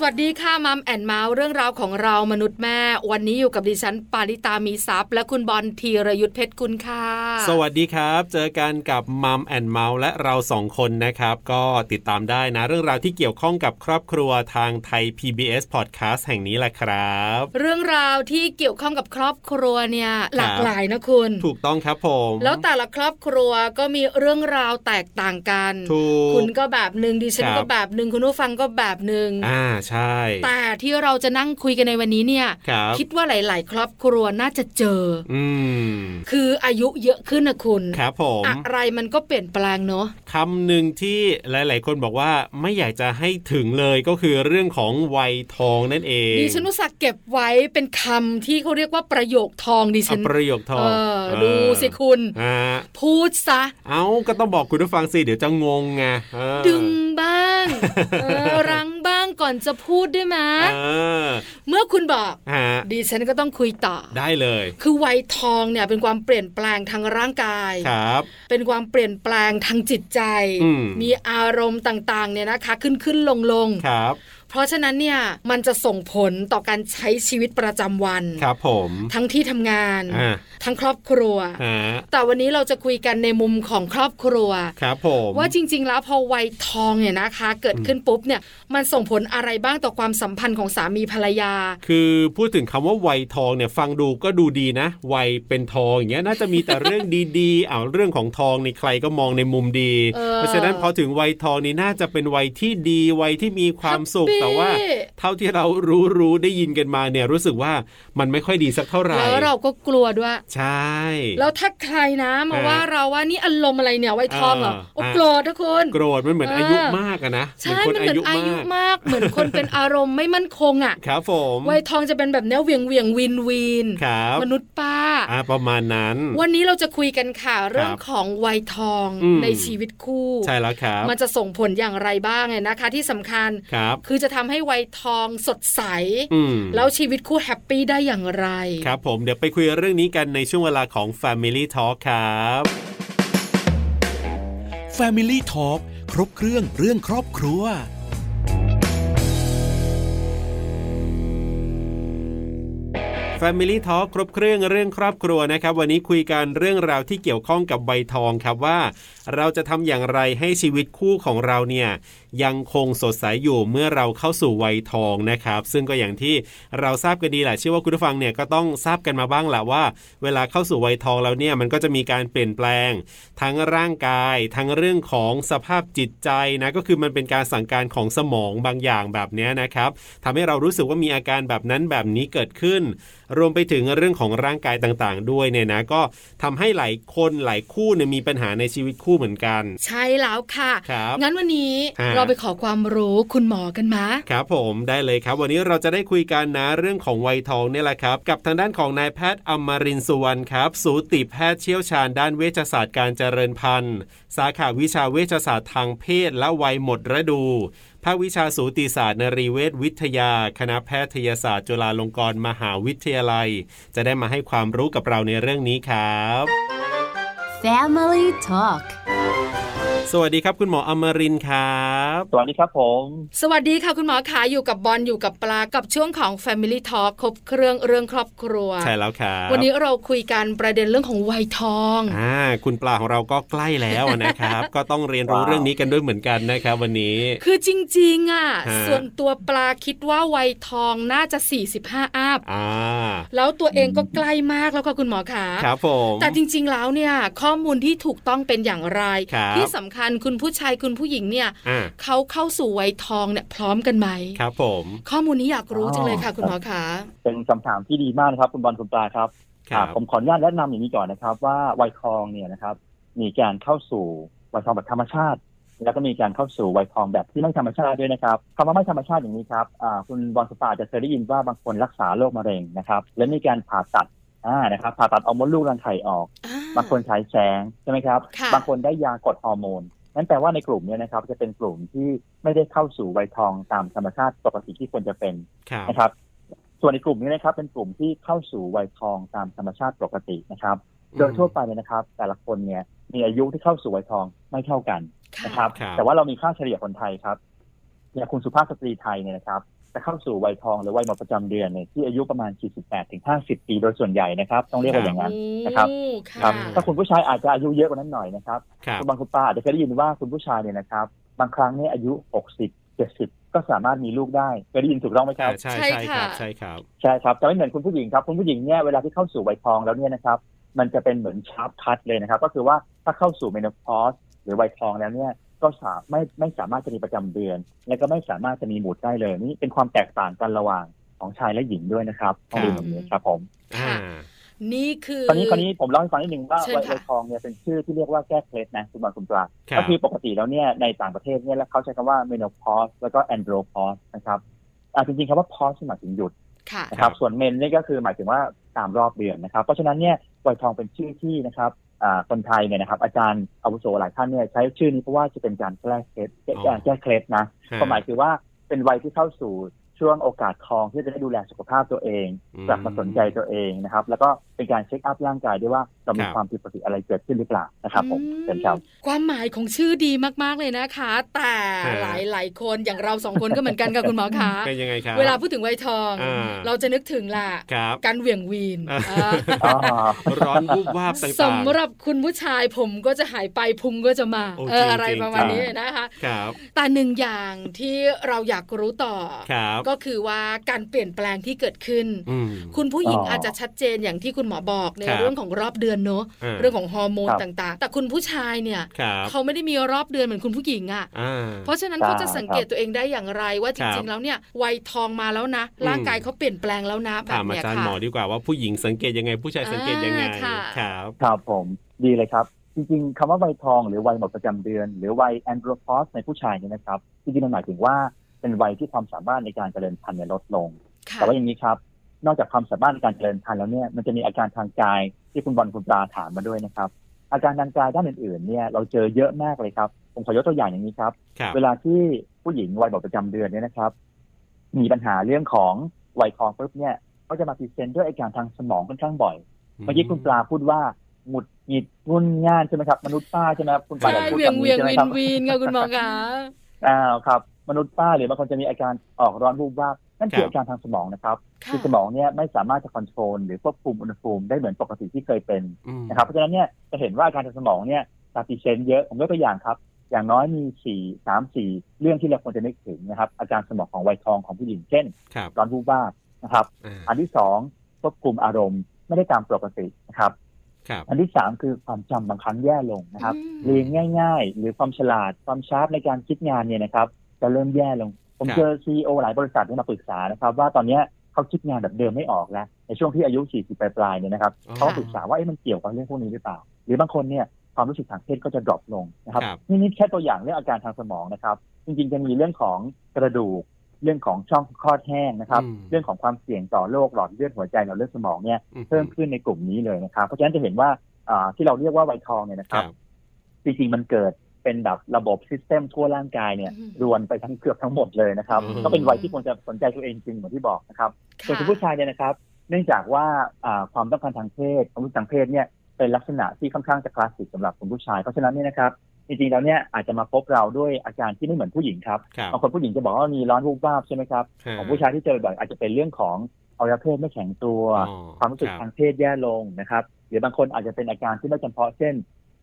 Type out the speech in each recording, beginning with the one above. สวัสดีค่ะมัมแอนเมาส์เรื่องราวของเรามนุษย์แม่ วันนี้อยู่กับดิฉันปาริตามีซัพย์และคุณบอลธีรยุทธเพชรกุลค่ะ สวัสดีครับ เจอกันกับมัมแอนเมาส์และเราสองคนนะครับ ก็ติดตามได้นะ เรื่องราวที่เกี่ยวข้องกับครอบครัวทางไทย PBS Podcast แห่งนี้แหละครับ เรื่องราวที่เกี่ยวข้องกับครอบครัวเนี่ยหลากหลายนะคุณ ถูกต้องครับผม แล้วแต่ละครอบครัวก็มีเรื่องราวแตกต่างกัน ถูก คุณก็แบบหนึ่งดิฉัน ครับ ก็แบบหนึ่งคุณผู้ฟังก็แบบหนึ่ง อ่าใช่ แต่ที่เราจะนั่งคุยกันในวันนี้เนี่ย ครับ คิดว่าหลาย ๆ ครอบครัวน่าจะเจอ อืม คืออายุเยอะขึ้นนะคุณ ครับผม อะไรมันก็เปลี่ยนแปลงเนอะ คำหนึ่งที่หลาย ๆ คนบอกว่าไม่อยากจะให้ถึงเลยก็คือเรื่องของวัยทองนั่นเอง ดิฉันอุตส่าห์เก็บไว้เป็นคำที่เขาเรียกว่าประโยคทองดิฉั เอา น ประโยคทอ เอง อดูสิคุณ อ่า พูดซะ เอาก็ต้องบอกคุณผู้ฟังสิเดี๋ยวจะงงไงเออ ดึง บ้างเออรั้งบ้างก่อนจะพูดได้ไหม เออ เมื่อคุณบอก ฮะ ดิฉันก็ต้องคุยต่อ ได้เลย คือวัยทองเนี่ยเป็นความเปลี่ยนแปลงทางร่างกาย ครับ เป็นความเปลี่ยนแปลงทางจิตใจ อืม มีอารมณ์ต่างๆเนี่ยนะคะขึ้นขึ้นลงลงๆ ครับ เพราะฉะนั้นเนี่ยมันจะส่งผลต่อการใช้ชีวิตประจำวัน ครับผม ทั้งที่ทำงาน อ่า ทั้งครอบครัว ฮะ แต่วันนี้เราจะคุยกันในมุมของครอบครัว ครับผม ว่าจริง ๆ แล้วพอวัยทองเนี่ยนะคะ เกิดขึ้นปุ๊บเนี่ยมันส่งผลอะไรบ้างต่อความสัมพันธ์ของสามีภรรยา คือพูดถึงคำว่าวัยทองเนี่ยฟังดูก็ดูดีนะ วัยเป็นทองอย่างเงี้ยน่าจะมีแต่ เรื่องดีๆอ้ าวเรื่องของทองนี่ใครก็มองในมุมดี เออ เพราะฉะนั้นพอถึงวัยทองนี่น่าจะเป็นวัยที่ดีวัยที่มีความสุข Happy แต่ว่า เท่าที่เรารู้รู้ได้ยินกันมาเนี่ยรู้สึกว่ามันไม่ค่อยดีสักเท่าไหร่ แล้วเราก็กลัวด้วย ใช่ แล้วถ้าใครนะมา อ่า ว่าเราว่านี่อารมณ์อะไรเนี่ยวัยทองเหรอ อ่า โอ้ อ่า โกรธนะคุณ โกรธมันเหมือน เอออ อายุมากอะนะ ใช่ เหมื มั อนน เห คน มือ อายุ นอาม ยุ าก มาก เหมือนคนเป็นอารมณ์ไม่มั่นคงอ่ะ ครับผม วัยทองจะเป็นแบบเนี้ยเวียงเวียงวินวิน ครับ มนุษย์ป้า อ่าประมาณนั้น วันนี้เราจะคุยกันค่ะเรื่อง ครับ ของวัยทอง อืม ในชีวิตคู่ ใช่แล้วครับ มันจะส่งผลอย่างไรบ้างเนี่ยนะคะ ที่สำคัญ ครับ คือจะทำให้วัยทองสดใส อืม แล้วชีวิตคู่แฮปปี้ได้อย่างไร ครับผมเดี๋ยวไปคุยเรื่องนี้กันในช่วงเวลาของ Family Talk ครับ Family Talk ครบเครื่องเรื่องครอบครัว Family Talk ครบเครื่องเรื่องครอบครัวนะครับ วันนี้คุยกันเรื่องราวที่เกี่ยวข้องกับใบทองครับว่า เราจะทำอย่างไรให้ชีวิตคู่ของเราเนี่ยยังคงสดใสอยู่เมื่อเราเข้าสู่วัยทองนะครับ ซึ่งก็อย่างที่เราทราบกันดีแหละเชื่อว่าคุณผู้ฟังเนี่ยก็ต้องทราบกันมาบ้างแหละว่า เวลาเข้าสู่วัยทองแล้วเนี่ยมันก็จะมีการเปลี่ยนแปลง ทั้งร่างกาย ทั้งเรื่องของสภาพจิตใจนะก็คือมันเป็นการสั่งการของสมองบางอย่างแบบเนี้ยนะครับทำให้เรารู้สึกว่ามีอาการแบบนั้นแบบนี้เกิดขึ้น รวมไปถึงเรื่องของร่างกายต่างๆ ด้วยเนี่ยนะก็ทำให้หลายคนหลายคู่เนี่ยมีปัญหาในชีวิตคู่เหมือนกัน ใช่แล้วค่ะ ครับ งั้นวันนี้ ฮะ เราไปขอความรู้คุณหมอกันมา ครับผมได้เลยครับ วันนี้เราจะได้คุยกันนะเรื่องของวัยทองเนี่ยแหละครับ กับทางด้านของนายแพทย์อมรินทร์สุวรรณครับสูติแพทย์เชี่ยวชาญด้านเวชศาสตร์การเจริญพันธุ์ สาขาวิชาเวชศาสตร์ทางเพศและวัยหมดฤดูภาควิชาสูติศาสตร์นรีเวชวิทยา คณะแพทยศาสตร์จุฬาลงกรณ์มหาวิทยาลัย จะได้มาให้ความรู้กับเราในเรื่องนี้ครับ Family Talk สวัสดีครับคุณหมออมรินทร์ครับ สวัสดีครับผม สวัสดีค่ะคุณหมอขาอยู่กับบอลอยู่กับปลากับช่วงของ Family Talk ครบเครื่องเรื่องครอบครัว ใช่แล้วครับ วันนี้เราคุยกันประเด็นเรื่องของวัยทอง อ่าคุณปลาของเราก็ใกล้แล้ว นะครับ ก็ต้องเรียนรู้เรื่องนี้กันด้วยเหมือนกันนะครับ วันนี้ คือจริงๆอ่ะ ฮะ ส่วนตัวปลาคิดว่าวัยทองน่าจะ 45 อัพ อ่า แล้วตัวเองก็ใกล้มากแล้วค่ะคุณหมอขา ครับผม แต่จริงๆแล้วเนี่ย ข้อมูลที่ถูกต้องเป็นอย่างไร ครับ ที่สำคัญคุณผู้ชายคุณผู้หญิงเนี่ย อ่า เขาเข้าสู่วัยทองเนี่ยพร้อมกันไหม ครับผม ข้อมูลนี้อยากรู้จังเลยค่ะ คุณหมอขา เป็นคำถามที่ดีมากนะครับ คุณบอลคุณปลาครับ ครั อ่า บ ผมขออนุญาตแนะนำอย่างนี้ก่อนนะครับ ว่าวัยทองเนี่ยนะครับ มีการเข้าสู่วัยทองแบบธรรมชาติ แล้วก็มีการเข้าสู่วัยทองแบบที่ไม่ธรรมชาติด้วยนะครับคำว่าไม่ธรรมชาติอย่างนี้ครับอ่าคุณบอลคุณปลาจะเคยได้ยินว่าบางคนรักษาโรคมะเร็งนะครับ และมีการผ่าตัดอ่านะครับ ผ่าตัดเอามดลูกรังไข่ออก อ่ บางคนฉายแสงใช่ไหมครับ ค่ะ บางคนได้ยากดฮอร์โมน นั่นแปลว่าในกลุ่มเนี้นะครับจะเป็นกลุ่มที่ไม่ได้เข้าสู่วัยทองตามธรรมชาติปกติที่ควรจะเป็น ครับ นะครับส่วนในกลุ่มนี้นะครับเป็นกลุ่มที่เข้าสู่วัยทองตามธรรมชาติปกตินะครับ โดยทั่วไปเนี่ยนะครับ แต่ละคนเนี่ย มีอายุที่เข้าสู่วัยทองไม่เท่ากัน ค่ะ นะครับ ครับ แต่ว่าเรามีค่าเฉลี่ยคนไทยครับอย่างคุณสุภาพสตรีไทยเนี่ยนะครับ จะเข้าสู่วัยทองหรือวัยหมดประจำเดือนเนี่ยที่อายุประมาณ 48ถึง50 ปีโดยส่วนใหญ่นะครับ ต้องเรียกว่าอย่างนั้น นะครับ โอ้ ครั ค่ะ บถ้าคุณผู้ชายอาจจะอายุเยอะกว่านั้นหน่อยนะครับ ครับ คุณบางคุณป้าอาจจะเคยได้ยินว่าคุณผู้ชายเนี่ยนะครับ บางครั้งเนี่ยอายุ 60 70 ก็สามารถมีลูกได้เคยได้ยินถูกต้องไหมค ใช่ รับ ใช่ใช่ครับใช่ครับ ใช่ครับจะไม่เหมือนคุณผู้หญิงครับ คุณผู้หญิงเนี่ยเวลาที่เข้าสู่วัยทองแล้วเนี่ยนะครับ มันจะเป็นเหมือนชาร์ปคัทเลยนะครับ ก็คือว่าถ้าเข้าสู่เมนพอสหรือวัยทองแล้วเนี่ยก็สาไม่ไม่สามารถจะมีประจำเดือน และก็ไม่สามารถจะมีบุตรได้เลยนี่เป็นความแตกต่างกันระหว่างของชายและหญิงด้วยนะครับต้องดูตรงนี้ครับผม อ่า นี่คือ ตอนนี้คราวนี้ผมเล่าให้ฟังนิดนึงว่า เชิญ วัย ค่ะ วัยทองเนี่ยเป็นชื่อที่เรียกว่าแก้เคล็ดนะคุณบอลคุณปลา ครับ ก็คือปกติแล้วเนี่ยในต่างประเทศเนี่ยแล้วเขาใช้คำว่า menopause แล้วก็ andropause นะครับอ่าจริงๆคำว่า pause หมายถึงหยุด ค่ะ นะครับ ครับ ส่วน men นี่ก็คือหมายถึงว่าตามรอบเดือนนะครับ เพราะฉะนั้นเนี่ยวัยทองเป็นชื่อที่นะครับอ่าคนไทยเนี่ยนะครับอาจารย์อาวุโสหลายท่านเนี่ยใช้ชื่อนี้เพราะว่าจะเป็นการแก้เคล็ดแก้แก้เคล็ดนะ ความหมายคือว่าเป็นวัยที่เข้าสู่ช่วงโอกาสทองที่จะได้ดูแลสุขภาพตัวเอง อืม กลับมาสนใจตัวเองนะครับ แล้วก็เป็นการเช็คอัพร่างกายด้วยว่าเรามี ครับ ความผิดปกติอะไรเกิดขึ้นหรือเปล่านะครับ ผม อืม เป็นครับ ความหมายของชื่อดีมากๆเลยนะคะ แต่ ฮะ หลายหลายๆคนอย่างเราสองคนก็เหมือน กันกับคุณหมอคะ เป็นยังไงครับ เวลาพูดถึงไวยทอง อ่า เราจะนึกถึงล่ะ ครับ การเหวี่ยงวีน อ่า อ่า อ๋อ ร้อนวูบวาบต่างๆ สำหรับคุณผู้ชายผมก็จะหายไปพุงก็จะมา โอ้ เออ จริงๆ อะไรประมาณ จริง นี้นะคะ ครับ แต่หนึ่งอย่างที่เราอยากรู้ต่อ ครับ ก็คือว่าการเปลี่ยนแปลงที่เกิดขึ้น อืม คุณผู้หญิง อ๋ออ อาจจะชัดเจนอย่างที่คุณหมอบอกใน ครับ เรื่องของรอบเดือนเนอะ อ่า เรื่องของฮอร์โมน ครับ ต่างๆ แต่คุณผู้ชายเนี่ย ครับ เขาไม่ได้มีรอบเดือนเหมือนคุณผู้หญิงอะ่ะ อ่า เพราะฉะนั้น ใช่ เขาจะสังเกตตัวเองได้อย่างไรว่าจ ครั ริ บ งๆ แล้วเนี่ยวัยทองมาแล้วนะ อืม ร่างกายเขาเปลี่ยนแปลงแล้วนะแบ ถา บ มอา เนี้ย จารย์ ค่ะ หมอดีกว่าว่าผู้หญิงสังเกตยังไงผู้ชายสังเกตยังไง อ่าค่ะ ครับ ครับผมดีเลยครับ จริงๆคำว่าวัยทองหรือวัยหมดประจำเดือน หรือวัย andropause ในผู้ชายเนี่ยนะครับจริงๆมันหมายถึงว่าเป็นวัยที่ความสามารถในการเจริญพันธุ์เนี่ยลดลง ค่ะ แต่ว่าอย่างนี้ครับ นอกจากความสามารถในการเจริญพันธุ์แล้วเนี่ย มันจะมีอาการทางกายที่คุณบอลคุณปลาถามมาด้วยนะครับ อาการทางกายด้านอื่นๆ เนี่ยเราเจอเยอะมากเลยครับ ผมขอยกตัวอย่างอย่างนี้ครับ ครับ เวลาที่ผู้หญิงวัยหมดประจำเดือนเนี่ยนะครับ มีปัญหาเรื่องของวัยทองปุ๊บเนี่ยก็จะมาพรีเซนต์ด้วยอาการทางสมองค่อนข้างบ่อย เมื่อกี้คุณปลาพูดว่าหงุดหงิดงุนง่านใช่ไหมครับมนุษย์ป้าใช่ไหมครับคุณปลา ใช่ อาจจะพูด เวียง คำ เวียง ใช่ไหม วี คน รับ วีนค่ะคุณหมอคะ อ้าวครับมนุษย์ป้าหรือบางคนจะมีอาการออกร้อนวูบวาบนั่นคืออาการทางสมองนะครับ ค่ะ อสมองเนี่ยไม่สามารถจะคอนโทรลหรือควบคุมอุณหภูมิได้เหมือนปกติที่เคยเป็น อืม นะครับเพราะฉะนั้นเนี่ยจะเห็นว่าอาการทางสมองเนี่ยตาติเชนเยอะผมยกตัวอย่างครับ อย่างน้อยมีสี่สามสี่เรื่องที่เราควรจะนึกถึงนะครับอาการสมองของวัยทองของผู้หญิงเช่น ครับ ร้อนวูบวาบนะครับ อ่า อันที่สองควบคุมอารมณ์ไม่ได้ตามปกตินะครับ ครับ อันที่สามคือความจำบางครั้งแย่ลงนะครับ เรียนง่ายๆ หรือความฉลาดความชาร์ปในการคิดงานเนี่ยนะครับจะเริ่มแย่ลง ผม ครับ เจอซีอหลายบริษัทที่มาปรึกษานะครับ ว่าตอนเนี้ยเขาคิดงานแบบเดิมไม่ออกแล้ว ในช่วงที่อายุ 40 ปลายๆเนี่ยนะครับ อ๋อ เขาก็ปรึกษาว่าเอ๊ะมันเกี่ยวกับเรื่องพวกนี้หรือเปล่า หรือบางคนเนี่ยความรู้สึกทางเพศก็จะดรอปลงนะครับ ครับ นี่นี่แค่ตัวอย่างเรื่องอาการทางสมองนะครับ จริงๆจะมีเรื่องของกระดูก เรื่องของช่องคลอดแห้งนะครับ อืม เรื่องของความเสี่ยงต่อโรคหลอดเลือดหัวใจหลอดเลือดสมองเนี่ย อื เพิ่มขึ้นในกลุ่มนี้เลยนะครับ เพราะฉะนั้นจะเห็นว่าอ่าที่เราเรียกว่าไวทองเนี่ยนะ ค ค รั รับ บ จริงๆมันเกิดเป็นแบบระบบซิสเต็มทั่วร่างกายเนี่ย อืม รวนไปทั้งเกือบทั้งหมดเลยนะครับ อืม ก็เป็นวัยที่ควรจะสนใจตัวเองจริงเหมือนที่บอกนะครับส่วนคุณผู้ชายเนี่ยนะครับ เนื่องจากว่าอ่าความต้องการทางเพศความรู้สึกทางเพศเนี่ยเป็นลักษณะที่ค่อนข้างจะคลาสสิกสำหรับคุณผู้ชายเพราะฉะนั้นเนี่ยนะครับจริงๆแล้วเนี่ยอาจจะมาพบเราด้วยอาการที่ไม่เหมือนผู้หญิงครับ ครับ บางคนผู้หญิงจะบอกว่ามีร้อนวูบวาบใช่ไหมครับ ฮะ ของผู้ชายที่เจอบ่อยอาจจะเป็นเรื่องของอวัยวะเพศไม่แข็งตัว อ๋อ ความรู้สึก บ ทางเพศแย่ลงนะครับ หรือบางคนอาจจะเป็นอาการที่ไม่จำเพาะเช่น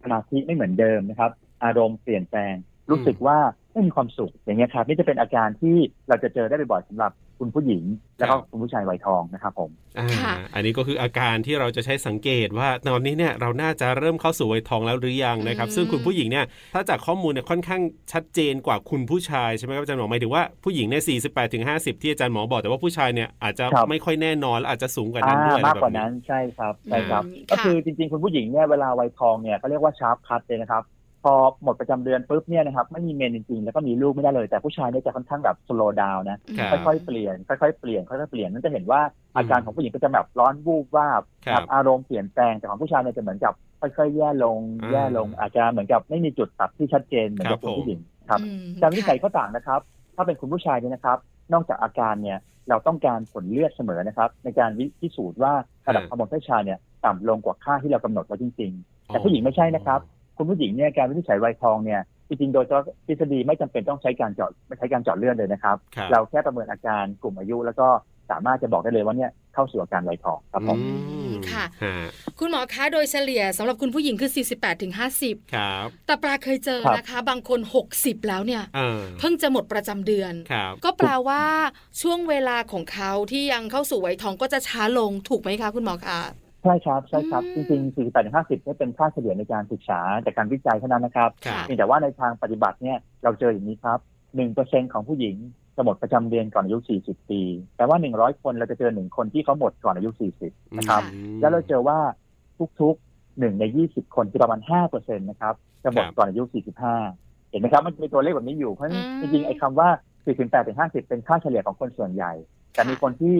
สมาธิไม่เหมือนเดิมนะครับ อารมณ์เปลี่ยนแปลง รู้สึกว่าไม่มีความสุขอย่างเงี้ยครับนี่จะเป็นอาการที่เราจะเจอได้บ่อยๆสำหรับคุณผู้หญิง แล้วคก็รับ คุณผู้ชายวัยทองนะครับผม อ่า ค่ะ อันนี้ก็คืออาการที่เราจะใช้สังเกตว่าตอนนี้เนี่ยเราน่าจะเริ่มเข้าสู่วัยทองแล้วหรือยังนะครับ ซึ่งคุณผู้หญิงเนี่ยถ้าจากข้อมูลเนี่ยค่อนข้างชัดเจนกว่าคุณผู้ชายใช่ไหมครับอาจารย์หมอหมายถึงว่าผู้หญิงเนี่ยสี่สิบแปดถึงห้าสิบที่อาจารย์หมอบอกแต่ว่าผู้ชายเนี่ยอาจจะ ครับ ไม่ค่อยแน่นอนและอาจจะสูงกว่านั้น อ่า ด้วยอะไร มาก แบบ กว่า นี้ นั้นใช่ครับใช่ครับ อืม ก็ ค่ะ คือจริงๆ คุณผู้หญิงเนี่ยเวลาวัยทองเนี่ยก็เรียกว่าชาร์ปคัตเลยนะครับ พอหมดประจำเดือนปุ๊บเนี่ยนะครับไม่มีเมนจริงๆ แล้วก็มีลูกไม่ได้เลย แต่ผู้ชายเนี่ยจะค่อนข้างแบบสโลดาวนะ ครับ ค่อยๆ เปลี่ยน ค่อยๆ เปลี่ยน ค่อยๆ เปลี่ยน นั่นจะเห็นว่าอาการของผู้หญิงก็จะแบบร้อนวูบวาบ ครับ อารมณ์เปลี่ยนแปลง แต่ของผู้ชายเนี่ยจะเหมือนกับค่อยๆ แย่ลง อ่า แย่ลง อาจจะเหมือนกับไม่มีจุดตัดที่ชัดเจนเหมือน ครั กั บบ ผม ผู้หญิงครับ อืม การวิจัย ค่ะ ก็ต่างนะครับ ถ้าเป็นคุณผู้ชายเนี่ยนะครับ นอกจากอาการเนี่ย เราต้องการผลเลือดเสมอนะครับ ในการวิพิสูจน์ว่าระดับ ฮะ ฮอร์โมนเพศชายเนี่ยต่ำลงกว่าค่าที่เรากำหนดไว้จริง ๆ แต่ผู้หญิงไม่ใช่นะครับ คุณผู้หญิงเนี่ยการวินิจฉัยวัยทองเนี่ยจริงๆโดยทฤษฎีไม่จำเป็นต้องใช้การเจาะไม่ใช้การเจาะเลือดเลยนะครับ ครับ เราแค่ประเมินอาการกลุ่มอายุ แล้วก็สามารถจะบอกได้เลยว่าเนี่ยเข้าสู่อาการวัยทองครับผม อืม ค่ะ ฮะ คุณหมอคะโดยเฉลี่ยสำหรับคุณผู้หญิงคือ 48ถึง ครับ 50 แต่ปลาเคยเจอ ครับ นะคะ บางคน 60 แล้วเนี่ย อ่า เพิ่งจะหมดประจำเดือน ครับ ก็แปลว่าช่วงเวลาของเขาที่ยังเข้าสู่วัยทองก็จะช้าลงถูกไหมคะคุณหมอคะ ใช่ครับใช่ครับ อืมจริงๆ 48ถึง50เนี่ยเป็นค่าเฉลี่ยในการศึกษาจากการวิจัยเท่านั้นนะครับ ครับ เพียงแต่ว่าในทางปฏิบัติเนี่ยเราเจออย่างนี้ครับ 1%ของผู้หญิงจะหมดประจำเดือนก่อนอายุ 40 ปี แต่ว่า 100 คนเราจะเจอ 1 คนที่เขาหมดก่อนอายุ 40 นะครับ อืม แล้วเราเจอว่าทุกๆ 1 ใน 20 คนคือประมาณ 5%นะครับจะหมด ครับ ก่อนอายุ 45 เห็นไหมครับ มันจะมีตัวเลขแบบนี้อยู่ เพราะฉะนั้น อื จ ม ริงๆ ไอ้คำว่า 48ถึง50 เป็นค่าเฉลี่ยของคนส่วนใหญ่ แต่มีคนที่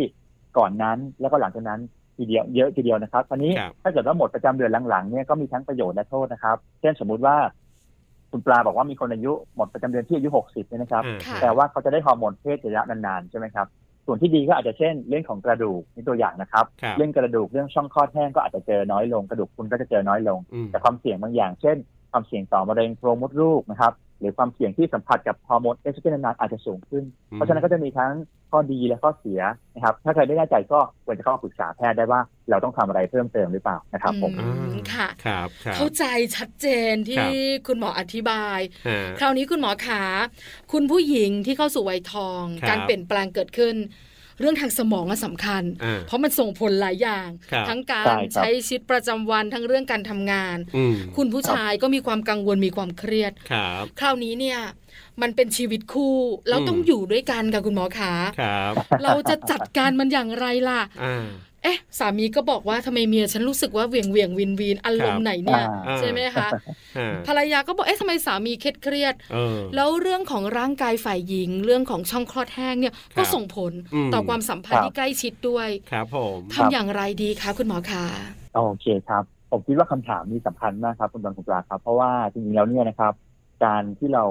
ก่อนนั้นแล้วก็หลังจากนั้นทีเดียวเยอะทีเดียวนะครับคราวนี้ ครับ ถ้าเกิดว่าหมดประจำเดือนหลังๆเนี่ยก็มีทั้งประโยชน์และโทษนะครับ เช่นสมมุติว่า คุณปลาบอกว่ามีคนอายุหมดประจำเดือนที่อายุ 60เนี่ยนะครับ อ่า ค่ะ แต่ว่าเขาจะได้ฮอร์โมนเพศระยะนานๆใช่ไหมครับ ส่วนที่ดีก็อาจจะเช่นเรื่องของกระดูกนี่ตัวอย่างนะครับ ครับ เรื่องกระดูกเรื่องช่องคลอดแห้งก็อาจจะเจอน้อยลงกระดูกคุณก็จะเจอน้อยลง อืม แต่ความเสี่ยงบางอย่าง เช่น ความเสี่ยงต่อมะเร็งโพรงมดลูกนะครับหรือความเสี่ยงที่สัมผัสกับฮอร์โมนเอสโตรเจนนานๆอาจจะสูงขึ้น เพราะฉะนั้นก็จะมีทั้งข้อดีและข้อเสียนะครับ ถ้าใครไม่แน่ใจก็ควรจะเข้าปรึกษาแพทย์ได้ว่าเราต้องทำอะไรเพิ่มเติมหรือเปล่านะครับผม อื อ่าม ค่ะ ครับครับ เข้าใจชัดเจน ครั ที่ บ คุณหมออธิบาย ฮะ คราวนี้คุณหมอขาคุณผู้หญิงที่เข้าสู่วัยทอง ครับ การเปลี่ยนแปลงเกิดขึ้น เรื่องทางสมองอะสำคัญ อ่า เพราะมันส่งผลหลายอย่าง ครับ ทั้งการใช่ครับ ใช้ชีวิตประจำวันทั้งเรื่องการทำงาน อืม คุณผู้ชายก็มีความกังวลมีความเครียด ครับ คราวนี้เนี่ยมันเป็นชีวิตคู่แล้ว อืม ต้องอยู่ด้วยกันกับคุณหมอขา ครับ เราจะจัดการมันอย่างไรล่ะ อ่า เอ๊ะ สามีก็บอกว่าทำไมเมียฉันรู้สึกว่าเหวียงเวียงวินวินอารม ครั ณ์ บ ไหนเนี่ย อ่า ใช่ไหมคะ ฮะ ภรรยาก็บอกเอ๊ะทำไมสามีเครียดเครียด เออ แล้วเรื่องของร่างกายฝ่ายหญิง เรื่องของช่องคลอดแห้งเนี่ย ครับ ก็ส่งผล อืม ต่อความสัมพันธ์ที่ใกล้ชิดด้วย ครับผม ทำอย่างไรดีคะคุณหมอคะ โอเคครับ ผมคิดว่าคำถามนี้สำคัญมากครับคุณบอลคุณปลาครับ เพราะว่าจริงๆแล้วเนี่ยนะครับ การที่เรา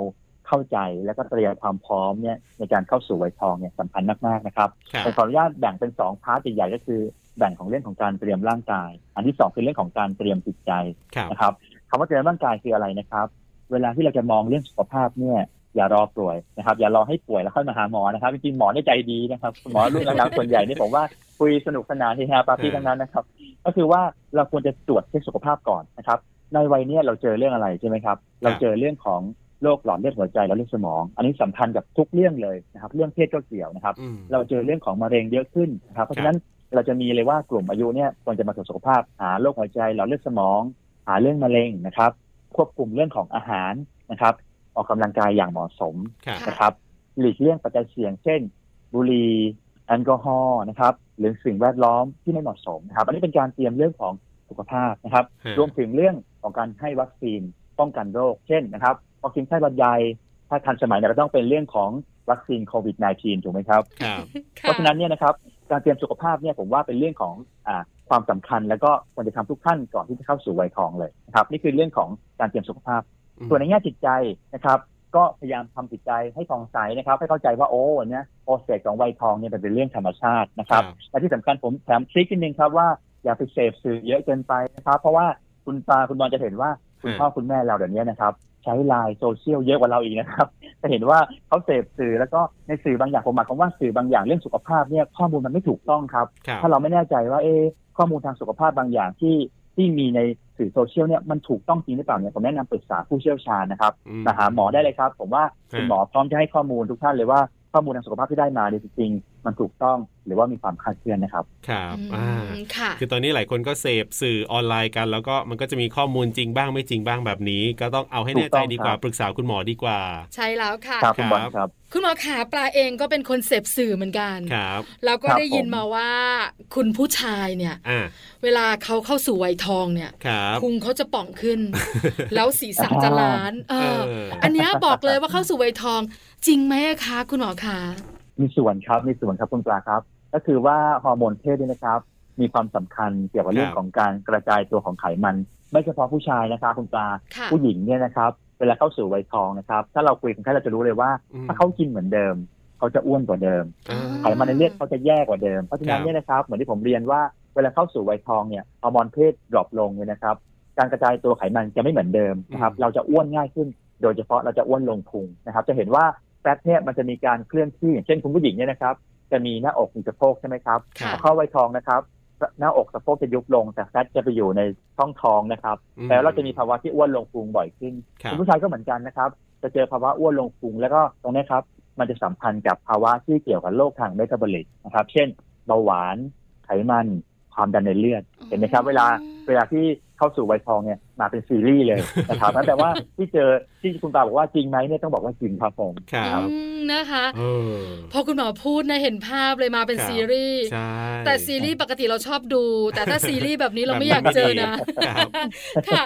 เข้าใจแล้วก็เตรียมความพร้อมเนี่ยในการเข้าสู่วัยทองเนี่ยสำคัญมากๆนะครับ ครับ ผมขออนุญาตแบ่งเป็นสองพาร์ทใหญ่ๆก็คือแบ่งของเรื่องของการเตรียมร่างกาย อันที่สองคือเรื่องของการเตรียมจิตใจ ครับ นะครับคำว่าเตรียมร่างกายคืออะไรนะครับ เวลาที่เราจะมองเรื่องสุขภาพเนี่ย อย่ารอป่วยนะครับ อย่ารอให้ป่วยแล้วค่อยมาหาหมอนะครับจริงๆหมอในยใจดีนะครับคุณหมอรุ่นแล้วส่วนใหญ่นี่ผมว่าคุยสนุกสนานเฮฮาปาร์ตี้ทั้งนั้นนะครับ ก็คือว่าเราควรจะตรวจเช็คสุขภาพก่อนนะครับ ในวัยเนี้ยเราเจอเรื่องอะไรใช่ไหมครับ เราเจอเรื่องของโรคหลอดเลือดหัวใจและเรื่องสมอง อันนี้สำคัญกับทุกเรื่องเลยนะครับ เรื่องเพศก็เกี่ยวนะครับ อืม เราเจอเรื่องของมะเร็งเยอะขึ้นนะครับเพราะฉะนั้นเราจะมีเลยว่ากลุ่มอายุเนี่ยควรจะมาตรวจสุขภาพหาโรคหัวใจหลอดเลือดสมอง หาเรื่องมะเร็งนะครับ ควบคุมเรื่องของอาหารนะครับ ออกกำลังกายอย่างเหมาะสม ครับ นะครับ หลีกเลี่ยงปัจจัยเสี่ยง เช่น บุหรี่แอลกอฮอล์นะครับหรือสิ่งแวดล้อมที่ไม่เหมาะสมนะครับอันนี้เป็นการเตรียมเรื่องของสุขภาพนะครับ ฮะ รวมถึงเรื่องของการให้วัคซีนป้องกันโรค เช่นนะครับวัคซีนไข้หวัดใหญ่ถ้าทันสมัยเนี่ยก็ต้องเป็นเรื่องของวัคซีนโควิด -19 ถูกไหมครับ ครับ เพราะฉะนั้นเนี่ยนะครับการเตรียมสุขภาพเนี่ยผมว่าเป็นเรื่องของอาความสำคัญ แล้วก็ควรจะทำทุกขั้นก่อนที่จะเข้าสู่วัยทองเลยนะครับนี่คือเรื่องของการเตรียมสุขภาพ ส่วนในแง่จิตใจนะครับ ก็พยายามทำจิตใจให้ฟองใสนะครับ ให้เข้าใจว่าโอ้เนี่ยโปรเซสของวัยทองเนี่ยมันเป็นเรื่องธรรมชาตินะครับ ครับ และที่สำคัญผมแถมทริคนิดนึงครับว่าอย่าไปเสพสื่อเยอะเกินไปนะครับ เพราะว่าคุณตาคุณบอลจะเห็นว่าคุณพ่อคุณแม่เราเดี๋ยวนี้นะครับ ใช้ไลน์โซเชียลเยอะกว่าเราอีกนะครับ จะเห็นว่าเขาเสพสื่อแล้วก็ในสื่อบางอย่างผมหมายความว่าสื่อบางอย่างเรื่องสุขภาพเนี่ยข้อมูลมันไม่ถูกต้องครับ ครับ ถ้าเราไม่แน่ใจว่าเอะข้อมูลทางสุขภาพบางอย่างที่ที่มีในสื่อโซเชียลเนี่ยมันถูกต้องจริงหรือเปล่าเนี่ยผมแนะนำปรึกษาผู้เชี่ยวชาญนะครับ อืม มาหาหมอได้เลยครับ ผมว่าคุณ ฮะ หมอพร้อมจะให้ข้อมูลทุกท่านเลยว่าข้อมูลทางสุขภาพที่ได้มาเนี่ยจริงๆมันถูกต้องหรือว่ามีความคลาดเคลื่อนนะครับ ครับ อืม อ่า ค่ะ คือตอนนี้หลายคนก็เสพสื่อออนไลน์กัน แล้วก็มันก็จะมีข้อมูลจริงบ้างไม่จริงบ้างแบบนี้ ก็ต้องเอาให้แน่ใจ ถูกต้อง ดีกว่า ครับ ปรึกษาคุณหมอดีกว่า ใช่แล้วค่ะ ครับคุณบอลครับ คุณหมอขาปลาเองก็เป็นคนเสพสื่อเหมือนกัน ครับ แล้วก็ ครับ ได้ยิน ผม มาว่า คุณผู้ชายเนี่ย อ่า เวลาเขาเข้าสู่วัยทองเนี่ย ครับ พุงเขาจะป่อง ขึ้น แล้วศีรษะจะล้านเออ เอออั อันเนี้ยบอกเลยว่าเข้าสู่วัยทอง จริงไหมอะคะคุณหมอคะ มีส่วนครับมีส่วนครับคุณปลาครับ ก็คือว่าฮอร์โมนเพศเนี่ยนะครับ มีความสำคัญเกี่ยวกับเรื่อง ครับ ของการกระจายตัวของไขมัน ไม่เฉพาะผู้ชายนะครับคุณปลา ค่ะ ผู้หญิงเนี่ยนะครับ เวลาเข้าสู่วัยทองนะครับ ถ้าเราคุยกันแค่เราจะรู้เลยว่า อืม ถ้าเขากินเหมือนเดิม เขาจะอ้วนกว่าเดิม อ่า ไขมันในเลือดเขาจะแย่กว่าเดิม เพราะฉะนั้คนรับ เนี่ยนะครับ เหมือนที่ผมเรียนว่าเวลาเข้าสู่วัยทองเนี่ยฮอร์โมนเพศดรอปลงเนี่ยนะครับ การกระจายตัวไขมันจะไม่เหมือนเดิมนะครับ อืม เราจะอ้วนง่ายขึ้น โดยเฉพาะเราจะอ้วนลงพุงนะครับ จะเห็นว่าแฟตเนี่ยมันจะมีการเคลื่อนที่อย่างเช่นคุณผู้หญิงเนี่ยนะครับ จะมีหน้าอกมีสะโพกใช่ไหมครับ ค่ะ พอเข้าไวยทองนะครับ หน้าอกสะโพกจะยุบลงแต่แฟตจะไปอยู่ในช่องท้องนะครับ อืม แล้วเราจะมีภาวะที่อ้วนลงพุงบ่อยขึ้น ครับ คุณผู้ชายก็เหมือนกันนะครับ จะเจอภาวะอ้วนลงพุงแล้วก็ตรงเนี้ยครับ มันจะสัมพันธ์กับภาวะที่เกี่ยวกับโรคทางเมตาบอลิกนะครับ เช่นเบาหวาน ไขมัน ความดันในเลือด เห็นไหมครับ เวลาเวลาที่เข้าสู่วัยทองเนี่ยมาเป็นซีรีส์เลยนะครับ นั่นแปลว่าที่เจอที่คุณตาบอกว่าจริงไหมเนี่ยต้องบอกว่าจริงครับผม ครับ อืมนะคะ เออ พอคุณหมอพูดนะเห็นภาพเลยมาเป็น ครับ ซีรีส์ ใช่ แต่ซีรีส์ปกติเราชอบดู แต่ถ้าซีรีส์แบบนี้เราไม่อยากเจอนะ ครับ ค่ะ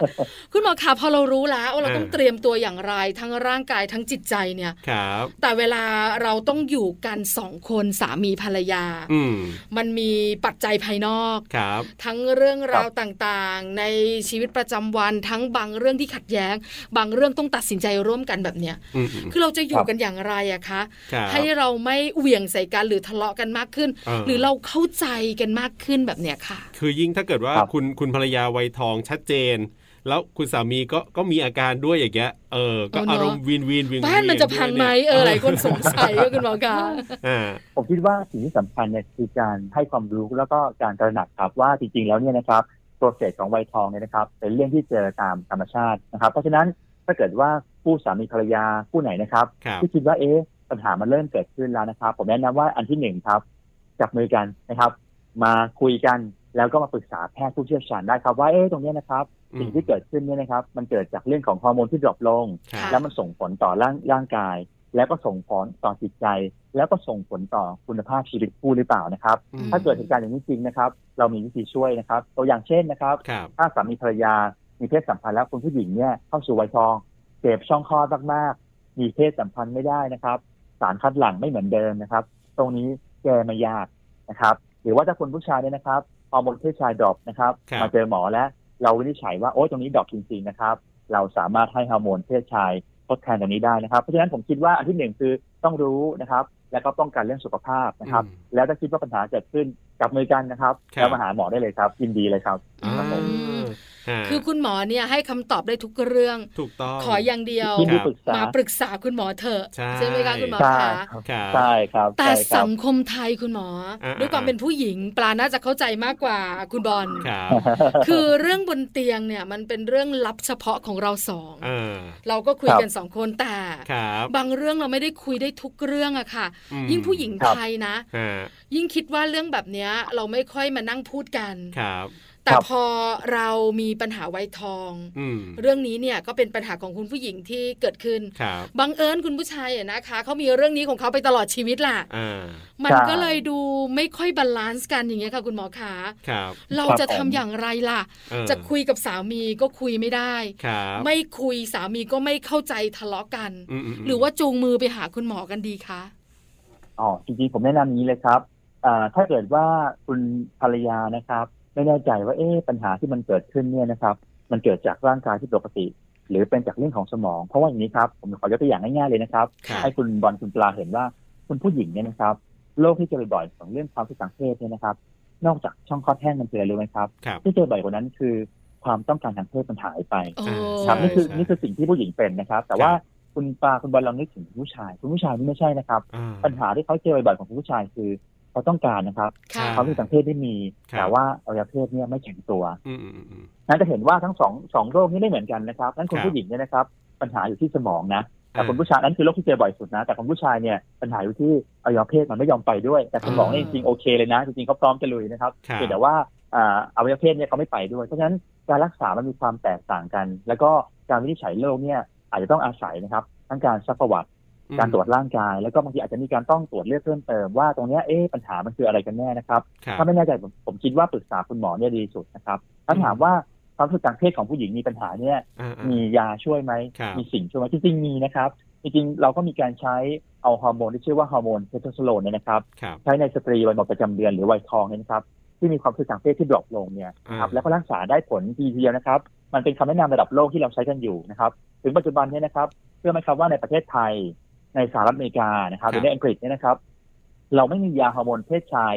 คุณหมอคะพอเรารู้แล้วว่าเรา อ่า ต้องเตรียมตัวอย่างไร ทั้งร่างกายทั้งจิตใจเนี่ย ครับ แต่เวลาเราต้องอยู่กันสองคนสามีภรรยา อืม มันมีปัจจัยภายนอก ครับ ทั้งเรื่องราวต่างๆ ในชีวิตประจำวันทั้งบางเรื่องที่ขัดแย้ง บางเรื่องต้องตัดสินใจร่วมกันแบบเนี้ย อืมอืม คือเราจะอ ค ยู่ รับ กันอย่างไรอะคะ ครับ ให้เราไม่เหวี่ยงใส่กันหรือทะเลาะกันมากขึ้น หรือเราเข้าใจกันมากขึ้นแบบเนี้ยค่ะ คือยิ่งถ้าเกิดว่า ครับ คุณคุณภรรยาวัยทองชัดเจน แล้วคุณสามีก็ก็มีอาการด้วยอย่างเงี้ยเออ ก็ เออเนอะ อารมณ์วีนวีนวีน บ้านมันจะพังไหมเออหลายคนสงสัยว่าคุณหมอคะ อ่า ผมคิดว่าสิ่งที่สำคัญเนี่ยคือการให้ความรู้แล้วก็การตระหนักครับว่าจริงๆแล้วเนี่ยนะครับโปรเซสของวัยทองเนี่ยนะครับ เป็นเรื่องที่เจอตามธรรมชาตินะครับ เพราะฉะนั้นถ้าเกิดว่าผู้สามีภรรยาผู้ไหนนะครับ ครับ ที่คิดว่าเอ๊ะปัญหามันเริ่มเกิดขึ้นแล้วนะครับ ผมแนะนำว่าอันที่หนึ่งครับจับมือกันนะครับ มาคุยกันแล้วก็มาปรึกษาแพทย์ผู้เชี่ยวชาญได้ครับว่าเอ๊ะตรงเนี้ยนะครับ อื สิ่ง ม ที่เกิดขึ้นเนี่ยนะครับ มันเกิดจากเรื่องของฮอร์โมนที่ดรอปลง ครับ แล้วมันส่งผลต่อร่างร่างกาย แล้วก็ส่งผลต่อจิตใจ แล้วก็ส่งผลต่อคุณภาพชีวิตคู่หรือเปล่านะครับ อืม ถ้าเกิดเหตุการณ์อย่างนี้จริงนะครับ เรามีวิธีช่วยนะครับ ตัวอย่างเช่นนะครับ ครับ ถ้าสามีภรรยา มีเพศสัมพันธ์แล้วคุณผู้หญิงเนี่ยเข้าสู่วัยทองเจ็บช่องคลอดมากๆ มีเพศสัมพันธ์ไม่ได้นะครับ สารคัดหลั่งไม่เหมือนเดิมนะครับ ตรงนี้แก้ไม่ยากนะครับ หรือว่าถ้าคุณผู้ชายเนี่ยนะครับฮอร์โมนเพศชายดรอปนะครับ ครับ มาเจอหมอแล้ว เราวินิจฉัยว่าโอ้ยตรงนี้ดรอปจริงๆนะครับ เราสามารถให้ฮอร์โมนเพศชายทดแทนตรงนี้ได้นะครับ เพราะฉะนั้นผมคิดว่าอันที่หนึ่งคือต้องรู้นะครับ แล้วก็ป้องกันเรื่องสุขภาพนะครับ อืม แล้วถ้าคิดว่าปัญหาเกิดขึ้นจับมือกันนะครับ ครับ แล้วมาหาหมอได้เลยครับยินดีเลยครับ อืม อ่า คือคุณหมอเนี่ยให้คำตอบได้ทุกเรื่อง ถูกต้อง ขออย่างเดียว ยินดีปรึกษา มาปรึกษาคุณหมอเถอะ ใช่ ไหมคะคุณหมอ ใช่ คะ ครับ ครับ ใช่ครับ แต่ ใช่ครับ สังคมไทยคุณหมอ อ่า ด้วยความเป็นผู้หญิง ปลาน่าจะเข้าใจมากกว่าคุณบอล ครับ คือเรื่องบนเตียงเนี่ยมันเป็นเรื่องลับเฉพาะของเราสอง อ่า เราก็คุย ครับ กันสองคนแต่ ครับ บางเรื่องเราไม่ได้คุยได้ทุกเรื่องอะค่ะ อืม ยิ่งผู้หญิง ครับ ไทยนะ อ่า ยิ่งคิดว่าเรื่องแบบเนี้ยเราไม่ค่อยมานั่งพูดกัน ครับ แต่ ครับ พอเรามีปัญหาไวยทอง อืม เรื่องนี้เนี่ยก็เป็นปัญหาของคุณผู้หญิงที่เกิดขึ้น ครับ บังเอิญคุณผู้ชายอะนะคะเขามีเรื่องนี้ของเขาไปตลอดชีวิตล่ะ อ่า มันก็เลยดูไม่ค่อยบาลานซ์กันอย่างเงี้ยค่ะ คุณหมอขา ครับ เราจะทำอย่างไรล่ะ เออ จะคุยกับสามีก็คุยไม่ได้ ครับ ไม่คุยสามีก็ไม่เข้าใจทะเลาะกัน อืมมม หรือว่าจูงมือไปหาคุณหมอกันดีคะ อ๋อจริงๆผมแนะนำนี้เลยครับอ่าถ้าเกิดว่าคุณภรรยานะครับ ไม่แน่ใจว่าเอ๊ะปัญหาที่มันเกิดขึ้นเนี่ยนะครับ มันเกิดจากร่างกายที่ปกติ หรือเป็นจากเรื่องของสมอง เพราะว่าอย่างนี้ครับผมขอยกตัวอย่างง่ายๆเลยนะครับ ครับ ให้คุณบอลคุณปลาเห็นว่าคุณผู้หญิงเนี่ยนะครับโรคที่เจอบ่อยๆของเรื่องความผิดทางเพศเนี่ยนะครับ นอกจากช่องคลอดแห้งมันเจออะไรรู้ไหมครับ ครับ ที่เจอบ่อยกว่านั้นคือความต้องการทางเพศมันหายไป โอ้ ครับ า นี่คือ ใช่ นี่คือสิ่งที่ผู้หญิงเป็นนะครับ แต่ ครับ ว่าคุณปาคุณบอลลองนึกถึงผู้ชาย คุณผู้ชายนี่ไม่ใช่นะครับ อ่ ปัญหาที่เขาเจอบ่อยๆของผู้ชายคือเขาต้องการนะครับ ค่ะ อ่า เขามีสังเพศได้มี ครับ แต่ว่าอวัยวะเพศเนี่ยไม่แข็งตัว อืมอืมอืมอืม นั้นจะเห็นว่าทั้งสองสองโรคนี้ไม่เหมือนกันนะครับนั้นคุณ ครับ ผู้หญิงเนี่ยนะครับ ปัญหาอยู่ที่สมองนะแต่ อ่า คุณผู้ชายนั้นคือโรคที่เจอบ่อยสุดนะ แต่คุณผู้ชายเนี่ยปัญหาอยู่ที่อวัยวะเพศมันไม่ยอมไปด้วย แต่สมองเนี่ย อ่า จริงๆโอเคเลยนะจริงๆเขาพร้อมจะลุยนะครับ ครับ เพียงแต่ว่าอ่าอวัยวะเพศเนี่ยเขาไม่ไปด้วย เพราะฉะนั้นการรักษามันมีความแตกต่างกัน แล้วก็การวินิจฉัยโรคเนี่ยอาจจะต้องอาศัยนะครับ ทั้งการซักประวัติ อืม การตรวจร่างกาย แล้วก็บางทีอาจจะมีการต้องตรวจเลือดเพิ่มเติมว่าตรงเนี้ยเอ๊ะปัญหามันคืออะไรกันแน่นะครับ ครับ ถ้าไม่แน่ใจผมผมคิดว่าปรึกษาคุณหมอเนี่ยดีสุดนะครับถ้าถามว่าความรู้สึกทางเพศของผู้หญิงมีปัญหาเนี่ย อ่าอ่า มียาช่วยไหม ครับ มีสิ่งช่วยไหมจริงๆมีนะครับ จริงๆเราก็มีการใช้เอาฮอร์โมนที่ชื่อว่าฮอร์โมนเทสโทสเตอโรนเนี่ยนะครับ ครับ ใช้ในสตรีวัยหมดประจำเดือนหรือวัยทองเนี่ยนะครับ ที่มีความรู้สึกทางเพศที่ดรอปลงเนี่ยนะครับ อ่า แล้วก็รักษาได้ผลดีทีเดียวนะครับ มันเป็นคำแนะนำระดับโลกที่เราใช้กันอยู่นะครับถึงปัจจุบันเนี่ยนะครับเชื่อไหมครับว่าในประเทศไทยในสหรัฐอเมริกานะครับหรือในอังกฤษเนี่ยนะครับ เราไม่มียาฮอร์โมนเพศชาย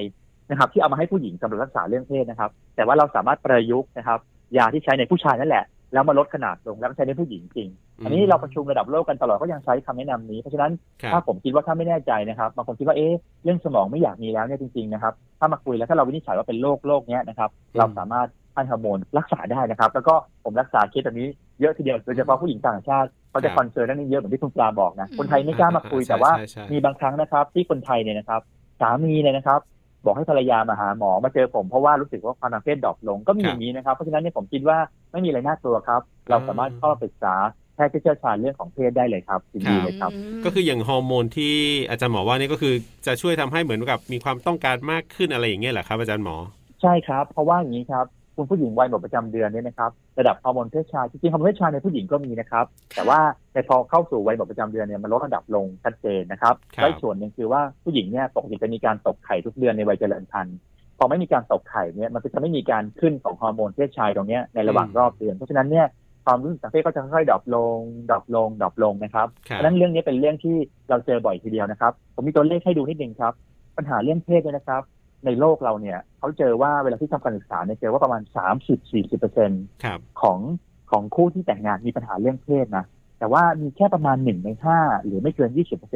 นะครับ ที่เอามาให้ผู้หญิงสำหรับรักษาเรื่องเพศนะครับ แต่ว่าเราสามารถประยุกต์นะครับ ยาที่ใช้ในผู้ชายนั่นแหละ แล้วมาลดขนาดลงแล้วมาใช้ในผู้หญิงจริง อันนี้เราประชุมระดับโลกกันตลอดก็ยังใช้คำแนะนำนี้เพราะฉะนั้น ครับ ถ้าผมคิดว่าถ้าไม่แน่ใจนะครับบางคนคิดว่าเอ๊ะเรื่องสมองไม่อยากมีแล้วเนี่ยจริงๆนะครับถ้ามาคุยแล้วถ้าเราวินิจฉัยว่าเป็นโรคโรคเนี้ยนะครับเราสามารถให้ฮอร์โมนรักษาได้นะครับ แล้วก็ผมรักษาเคสแบบนี้เยอะทีเดียวโดยเฉพาะผู้หญิงต่างชาติเขาคจะรับ คอนเซิร์นเรื่องนี้เยอะเหมือนที่คุณปลาบอกนะ อืม คนไทยไม่กล้ามาคุย อ่าๆ แต่ว่า ใช่ใช่ มีบางครั้งนะครับ ที่คนไทยเนี่ยนะครับ สามีเนี่ยนะครับ บอกให้ภรรยามาหาหมอมาเจอผมเพราะว่ารู้สึกว่าความทางเพศดรอปลงก็มี ครับ อย่างนี้นะครับเพราะฉะนั้นเนี่ยผมคิดว่าไม่มีอะไรน่ากลัวครับ เราสามารถเข้าปรึกษาแพทย์ที่เชี่ยวชาญเรื่องของเพศได้เลยครับยินดี ครับ เลยครับ ก็คืออย่างฮอร์โมนที่อาจารย์หมอว่านี่ก็คือจะช่วยทำให้เหมือนกับมีความต้องการมากขึ้นอะไรอย่างเงี้ยเหรอครับอาจารย์หมอ ใช่ครับ เพราะว่าอย่างนี้ครับ คุณผู้หญิงวัยหมดประจำเดือนเนี่ยนะครับระดับฮอร์โมนเพศชายจริงๆฮอร์โมนเพศชายในผู้หญิงก็มีนะครับ แต่ว่าในพอเข้าสู่วัยหมดประจำเดือนเนี่ยมันลดระดับลงชัดเจนนะครับ ครับ และอีกส่วนหนึ่งคือว่าผู้หญิงเนี่ยปกติจะมีการตกไข่ทุกเดือนในวัยเจริญพันธุ์พอไม่มีการตกไข่เนี่ยมันก็จะไม่มีการขึ้นของฮอร์โมนเพศชายตรงเนี้ยในระหว่างรอบเดือนเพราะฉะนั้นเนี่ยความรู้สึกทางเพศก็จะค่อยๆดรอปลงดรอปลงดรอปลงนะครับ ครั เพ บ ราะฉะนั้นเรื่องนี้เป็นเรื่องที่เราเจอบ่อยทีเดียวนะครับ ผมมีตัวเลขให้ดูนิดนึงครับ ปัญหาเรื่องเพศเนี่ยนะครับ ในโลกเราเนี่ยเขาเจอว่าเวลาที่ทำการศึกษาเนี่ยเจอว่าประมาณ 30-40% ครับ ของของคู่ที่แต่งงานมีปัญหาเรื่องเพศนะ แต่ว่ามีแค่ประมาณ 1 ใน 5 หรือไม่เกิน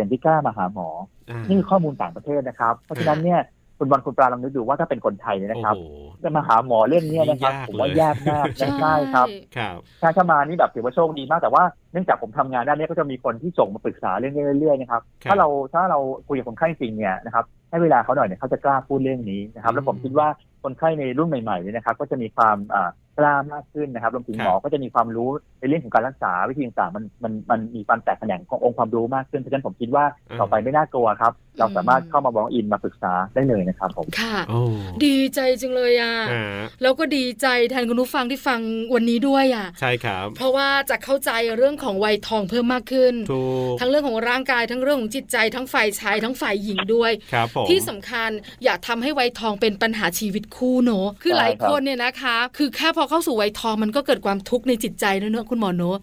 20%ที่กล้ามาหาหมอ อ่า นี่คือข้อมูลต่างประเทศนะครับ เพราะฉะนั้นเนี่ยคุณบอลคุณปลาลองนึกดูว่าถ้าเป็นคนไทยเนี่ยนะครับ โอ้โห จะมาหาหมอเรื่องเนี้ยนะครับ ยิ่งยาก ผมว่า เลย ยากมากนะใช่ครับ ครับ ถ้าเข้ามานี่แบบถือว่าโชคดีมากแต่ว่าเนื่องจากผมทำงานด้านนี้ก็จะมีคนที่ส่งมาปรึกษาเรื่องนี้เรื่อยๆนะครับ ครับ ถ้าเราถ้าเราคุยกับคนไข้จริงเนี่ยนะครับให้เวลาเขาหน่อยเนี่ยเขาจะกล้าพูดเรื่องนี้นะครับ แล้วผม อืม คิดว่าคนไข้ในรุ่นใหม่ๆเนี่ยนะครับ ก็จะมีความอ่ากล้ามากขึ้นนะครับรวมถึง ครับ หมอก็จะมีความรู้ในเรื่องของการรักษาวิธีต่างๆมันมันมันมีความแตกแขนงขององค์ความรู้มากขึ้นเพราะฉะนั้นผมคิดว่าต่อไปไม่น่ากลัวครับ เราสามารถเข้ามาบล็อกอินมาปรึกษาได้เลยนะครับผม ค่ะ โอ้ ดีใจจังเลยอ่ะ อ่า แล้วก็ดีใจแทนคุณผู้ฟังที่ฟังวันนี้ด้วยอ่ะ ใช่ครับ เพราะว่าจะเข้าใจเรื่องของวัยทองเพิ่มมากขึ้น ถูก ทั้งเรื่องของร่างกายทั้งเรื่องของจิตใจทั้งฝ่ายชายทั้งฝ่ายหญิงด้วย ครับผม ที่สำคัญอย่าทำให้วัยทองเป็นปัญหาชีวิตคู่เนอะคือ ใช่ หลาย ค ครับ นเนี่ยนะคะ คือแค่พอเข้าสู่วัยทองมันก็เกิดความทุกข์ในจิตใจแล้วเนอะคุณหมอเนอะ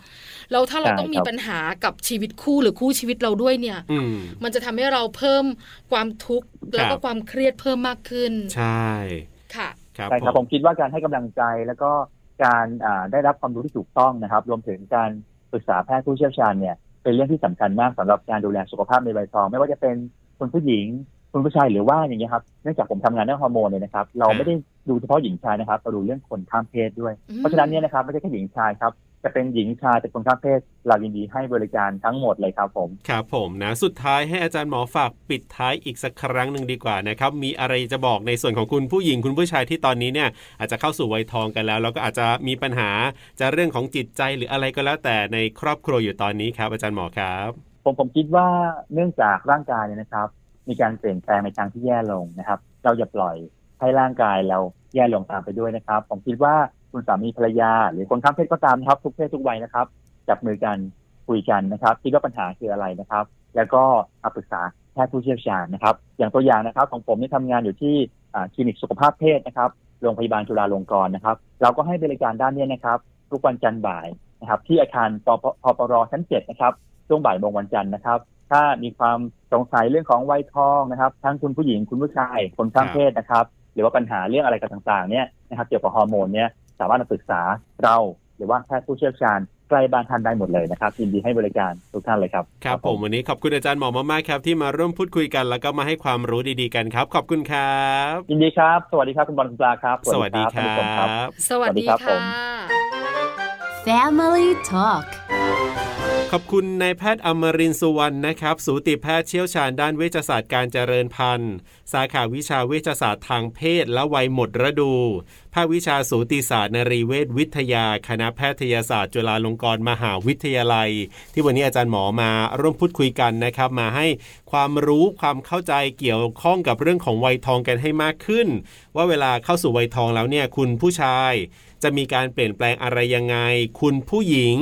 แล้วถ้าเราต้องมีปัญหากับชีวิตคู่หรือคู่ชีวิตเราด้วยเนี่ย อืม มันจะทำให้เราเพิ่มความทุกข์แล้ว ครั ก็ บ ความเครียดเพิ่มมากขึ้น ใช่ ค่ะ ครับ ใช่ครับ ผ ผม มคิดว่าการให้กำลังใจแล้วก็การอ่าได้รับความรู้ที่ถูกต้องนะครับ รวมถึงการปรึกษาแพทย์ผู้เชี่ยวชาญเนี่ยเป็นเรื่องที่สำคัญมากสำหรับการดูแลสุขภาพในวัยทอง ไม่ว่าจะเป็นคุณผู้หญิงคุณผู้ชายหรือว่าอย่างเงี้ยครับเนื่องจากผมทำงานเรื่องฮอร์โมนเนี่ยนะครับเรา ครับ ไม่ได้ดูเฉพาะหญิงชายนะครับเราดูเรื่องคนข้ามเพศด้วย อืม เพราะฉะนั้นเนี่ยนะครับไม่ใช่แค่หญิงชายครับจะเป็นหญิงชายจะเป็นคนข้ามเพศ เรายินดีให้บริการทั้งหมดเลยครับผม ครับผมนะ สุดท้ายให้อาจารย์หมอฝากปิดท้ายอีกสักครั้งหนึ่งดีกว่านะครับ มีอะไรจะบอกในส่วนของคุณผู้หญิงคุณผู้ชายที่ตอนนี้เนี่ย อาจจะเข้าสู่วัยทองกันแล้ว แล้วก็อาจจะมีปัญหาจะเรื่องของจิตใจหรืออะไรก็แล้วแต่ในครอบครัวอยู่ตอนนี้ครับ อาจารย์หมอครับ ผมผมคิดว่าเนื่องจากร่างกายเนี่ยนะครับ มีการเปลี่ยนแปลงในทางที่แย่ลงนะครับ เราอย่าปล่อยให้ร่างกายเราแย่ลงตามไปด้วยนะครับ ผมคิดว่าคุณสามีภรรยา หรือคนข้ามเพศก็ตามนะครับ ทุกเพศทุกวัยนะครับ จับมือกันคุยกันนะครับคิดว่าปัญหาคืออะไรนะครับ แล้วก็มาปรึกษาแพทย์ผู้เชี่ยวชาญนะครับ อย่างตัวอย่างนะครับ ของผมนี่ทำงานอยู่ที่อ่าคลินิกสุขภาพเพศนะครับโรงพยาบาลจุฬาลงกรณ์นะครับ เราก็ให้บริการด้านเนี้นะครับ ทุกวันจันทร์บ่ายนะครับ ที่อาคารปปพปรชั้นเจ็ดนะครับ ช่วงบ่ายโมงวันจันทร์นะครับ ถ้ามีความสงสัยเรื่องของวัยทองนะครับ ทั้งคุณผู้หญิงคุณผู้ชายคนข้ามเพศนะครับ หรือว่าปัญหาเรื่องอะไรกันต่างๆเนี่ยนะครับ เกี่ยวกับฮอร์โมนเนี่ยสามารถมาปรึกษาเราหรือว่าแพทย์ผู้เชี่ยวชาญใกล้บ้านท่านได้หมดเลยนะครับยินดีให้บริการทุกท่านเลยครับ ครับผมวันนี้ขอบคุณอาจารย์หมอมากๆครับที่มาร่วมพูดคุยกันแล้วก็มาให้ความรู้ดีๆกันครับ ขอบคุณครับ ยินดีครับ สวัสดีครับ คุณบอลคุณปลาครับ สวัสดีค ท่าน รั ผู้ชมครับ บ สวัสดี สวัสดีครับคผ่ะ ม Family Talk ขอบคุณนายแพทย์อมรินทร์สุวรรณนะครับ สูติแพทย์เชี่ยวชาญด้านเวชศาสตร์การเจริญพันธุ์ สาขาวิชาเวชศาสตร์ทางเพศและวัยหมดฤดู ภาควิชาสูติศาสตร์นรีเวชวิทยา คณะแพทยศาสตร์จุฬาลงกรณ์มหาวิทยาลัย ที่วันนี้อาจารย์หมอมาร่วมพูดคุยกันนะครับ มาให้ความรู้ความเข้าใจเกี่ยวข้องกับเรื่องของวัยทองกันให้มากขึ้น ว่าเวลาเข้าสู่วัยทองแล้วเนี่ยคุณผู้ชาย จะมีการเปลี่ยนแปลงอะไรยังไง คุณผู้หญิง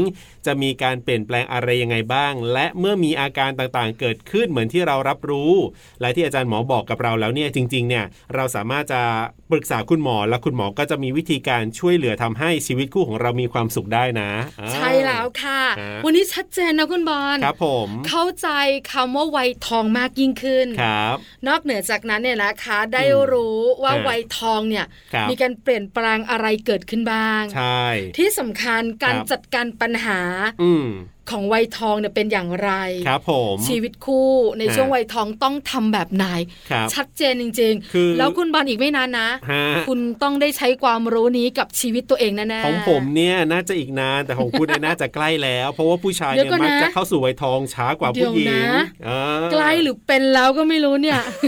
จะมีการเปลี่ยนแปลงอะไรยังไงบ้าง และเมื่อมีอาการต่างๆ เกิดขึ้นเหมือนที่เรารับรู้ และที่อาจารย์หมอบอกกับเราแล้วเนี่ยจริงๆเนี่ยเราสามารถจะปรึกษาคุณหมอ และคุณหมอก็จะมีวิธีการช่วยเหลือทำให้ชีวิตคู่ของเรามีความสุขได้นะอ่า ใช่แล้วค่ะ ฮะ วันนี้ชัดเจนนะคุณบอล ครับผม เข้าใจคำว่าวัยทองมากยิ่งขึ้น ครับ นอกเหนือจากนั้นเนี่ยนะคะ ได้ อืม รู้ว่า ฮะ วัยทองเนี่ย ครับ มีการเปลี่ยนแปลงอะไรเกิดขึ้น บ้าง ใช่ ที่สำคัญการ ครับ จัดการปัญหา อืม ของวัยทองเนี่ยเป็นอย่างไร ครับผม ชีวิตคู่ใน ฮะ ช่วงวัยทองต้องทำแบบไหน ครับ ชัดเจนจริง คือ ๆ แล้วคุณบอลอีกไม่นานนะ ฮะ คุณต้องได้ใช้ความรู้นี้กับชีวิตตัวเองแน่ๆ ของผมเนี่ยน่าจะอีกนานแต่ ของคุณเนี่ยน่าจะใกล้แล้ว เพราะว่าผู้ชาย เดี๋ยเนี่ยวก่อน มักจะ นะ เข้าสู่วัยทองช้ากว่าผู้หญิ เดี๋ ง ยวนะ อ่า ใกล้หรือเป็นแล้วก็ไม่รู้เนี่ย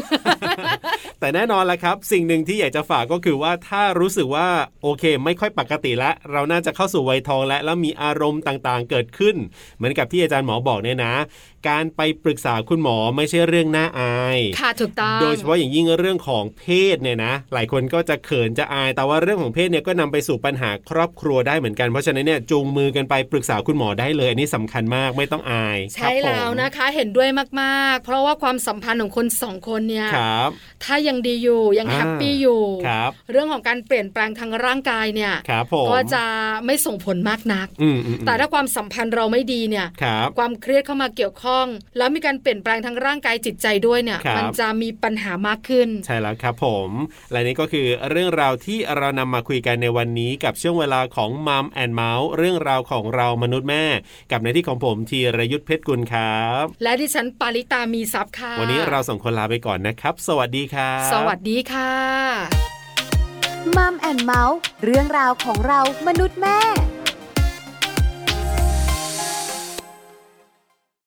แต่แน่นอนละครับ สิ่งหนึ่งที่อยากจะฝากก็คือว่าถ้ารู้สึกว่าโอเค ไม่ค่อยปกติละ เราน่าจะเข้าสู่วัยทองและแล้วมีอารมณ์ต่างๆ เกิดขึ้น เหมือนกับที่อาจารย์หมอบอกเนี่ยนะ การไปปรึกษาคุณหมอไม่ใช่เรื่องน่าอาย ค่ะถูกต้อง โดยเฉพาะอย่างยิ่งเรื่องของเพศเนี่ยนะ หลายคนก็จะเขินจะอาย แต่ว่าเรื่องของเพศเนี่ยก็นำไปสู่ปัญหาครอบครัวได้เหมือนกันเพราะฉะนั้นเนี่ยจูงมือกันไปปรึกษาคุณหมอได้เลยอันนี้สำคัญมากไม่ต้องอาย ใช่ ครับผม แล้วนะคะเห็นด้วยมากๆ เพราะว่าความสัมพันธ์ของคนสองคนเนี่ย ครับ ถ้ายังดีอยู่ยัง อ่า แฮปปี้อยู่ ครับ เรื่องของการเปลี่ยนแปลงทางร่างกายเนี่ย ครับผม ก็จะไม่ส่งผลมากนัก อืมอืมอืม แต่ถ้าความสัมพันธ์เราไม่ดีเนี่ย ครับ ความเครียดเข้ามาเกี่ยวข้อง แล้วมีการเปลี่ยนแปลงทางร่างกายจิตใจด้วยเนี่ย ครับ มัจะมีปัญหามากขึ้น ใช่แล้วครับผม และนี่ก็คือเรื่องราวที่เรานำมาคุยกันในวันนี้กับช่วงเวลาของมัมแอนเมาส์เรื่องราวของเรามนุษย์แม่ กับในที่ของผมธีรยุทธเพชรกุลครับ และดิฉันปาริตามีซับค่ะ วันนี้เราสองคนลาไปก่อนนะครับ สวัสดีครับ สวัสดีค่ะ มัมแอนเมาส์เรื่องราวของเรามนุษย์แม่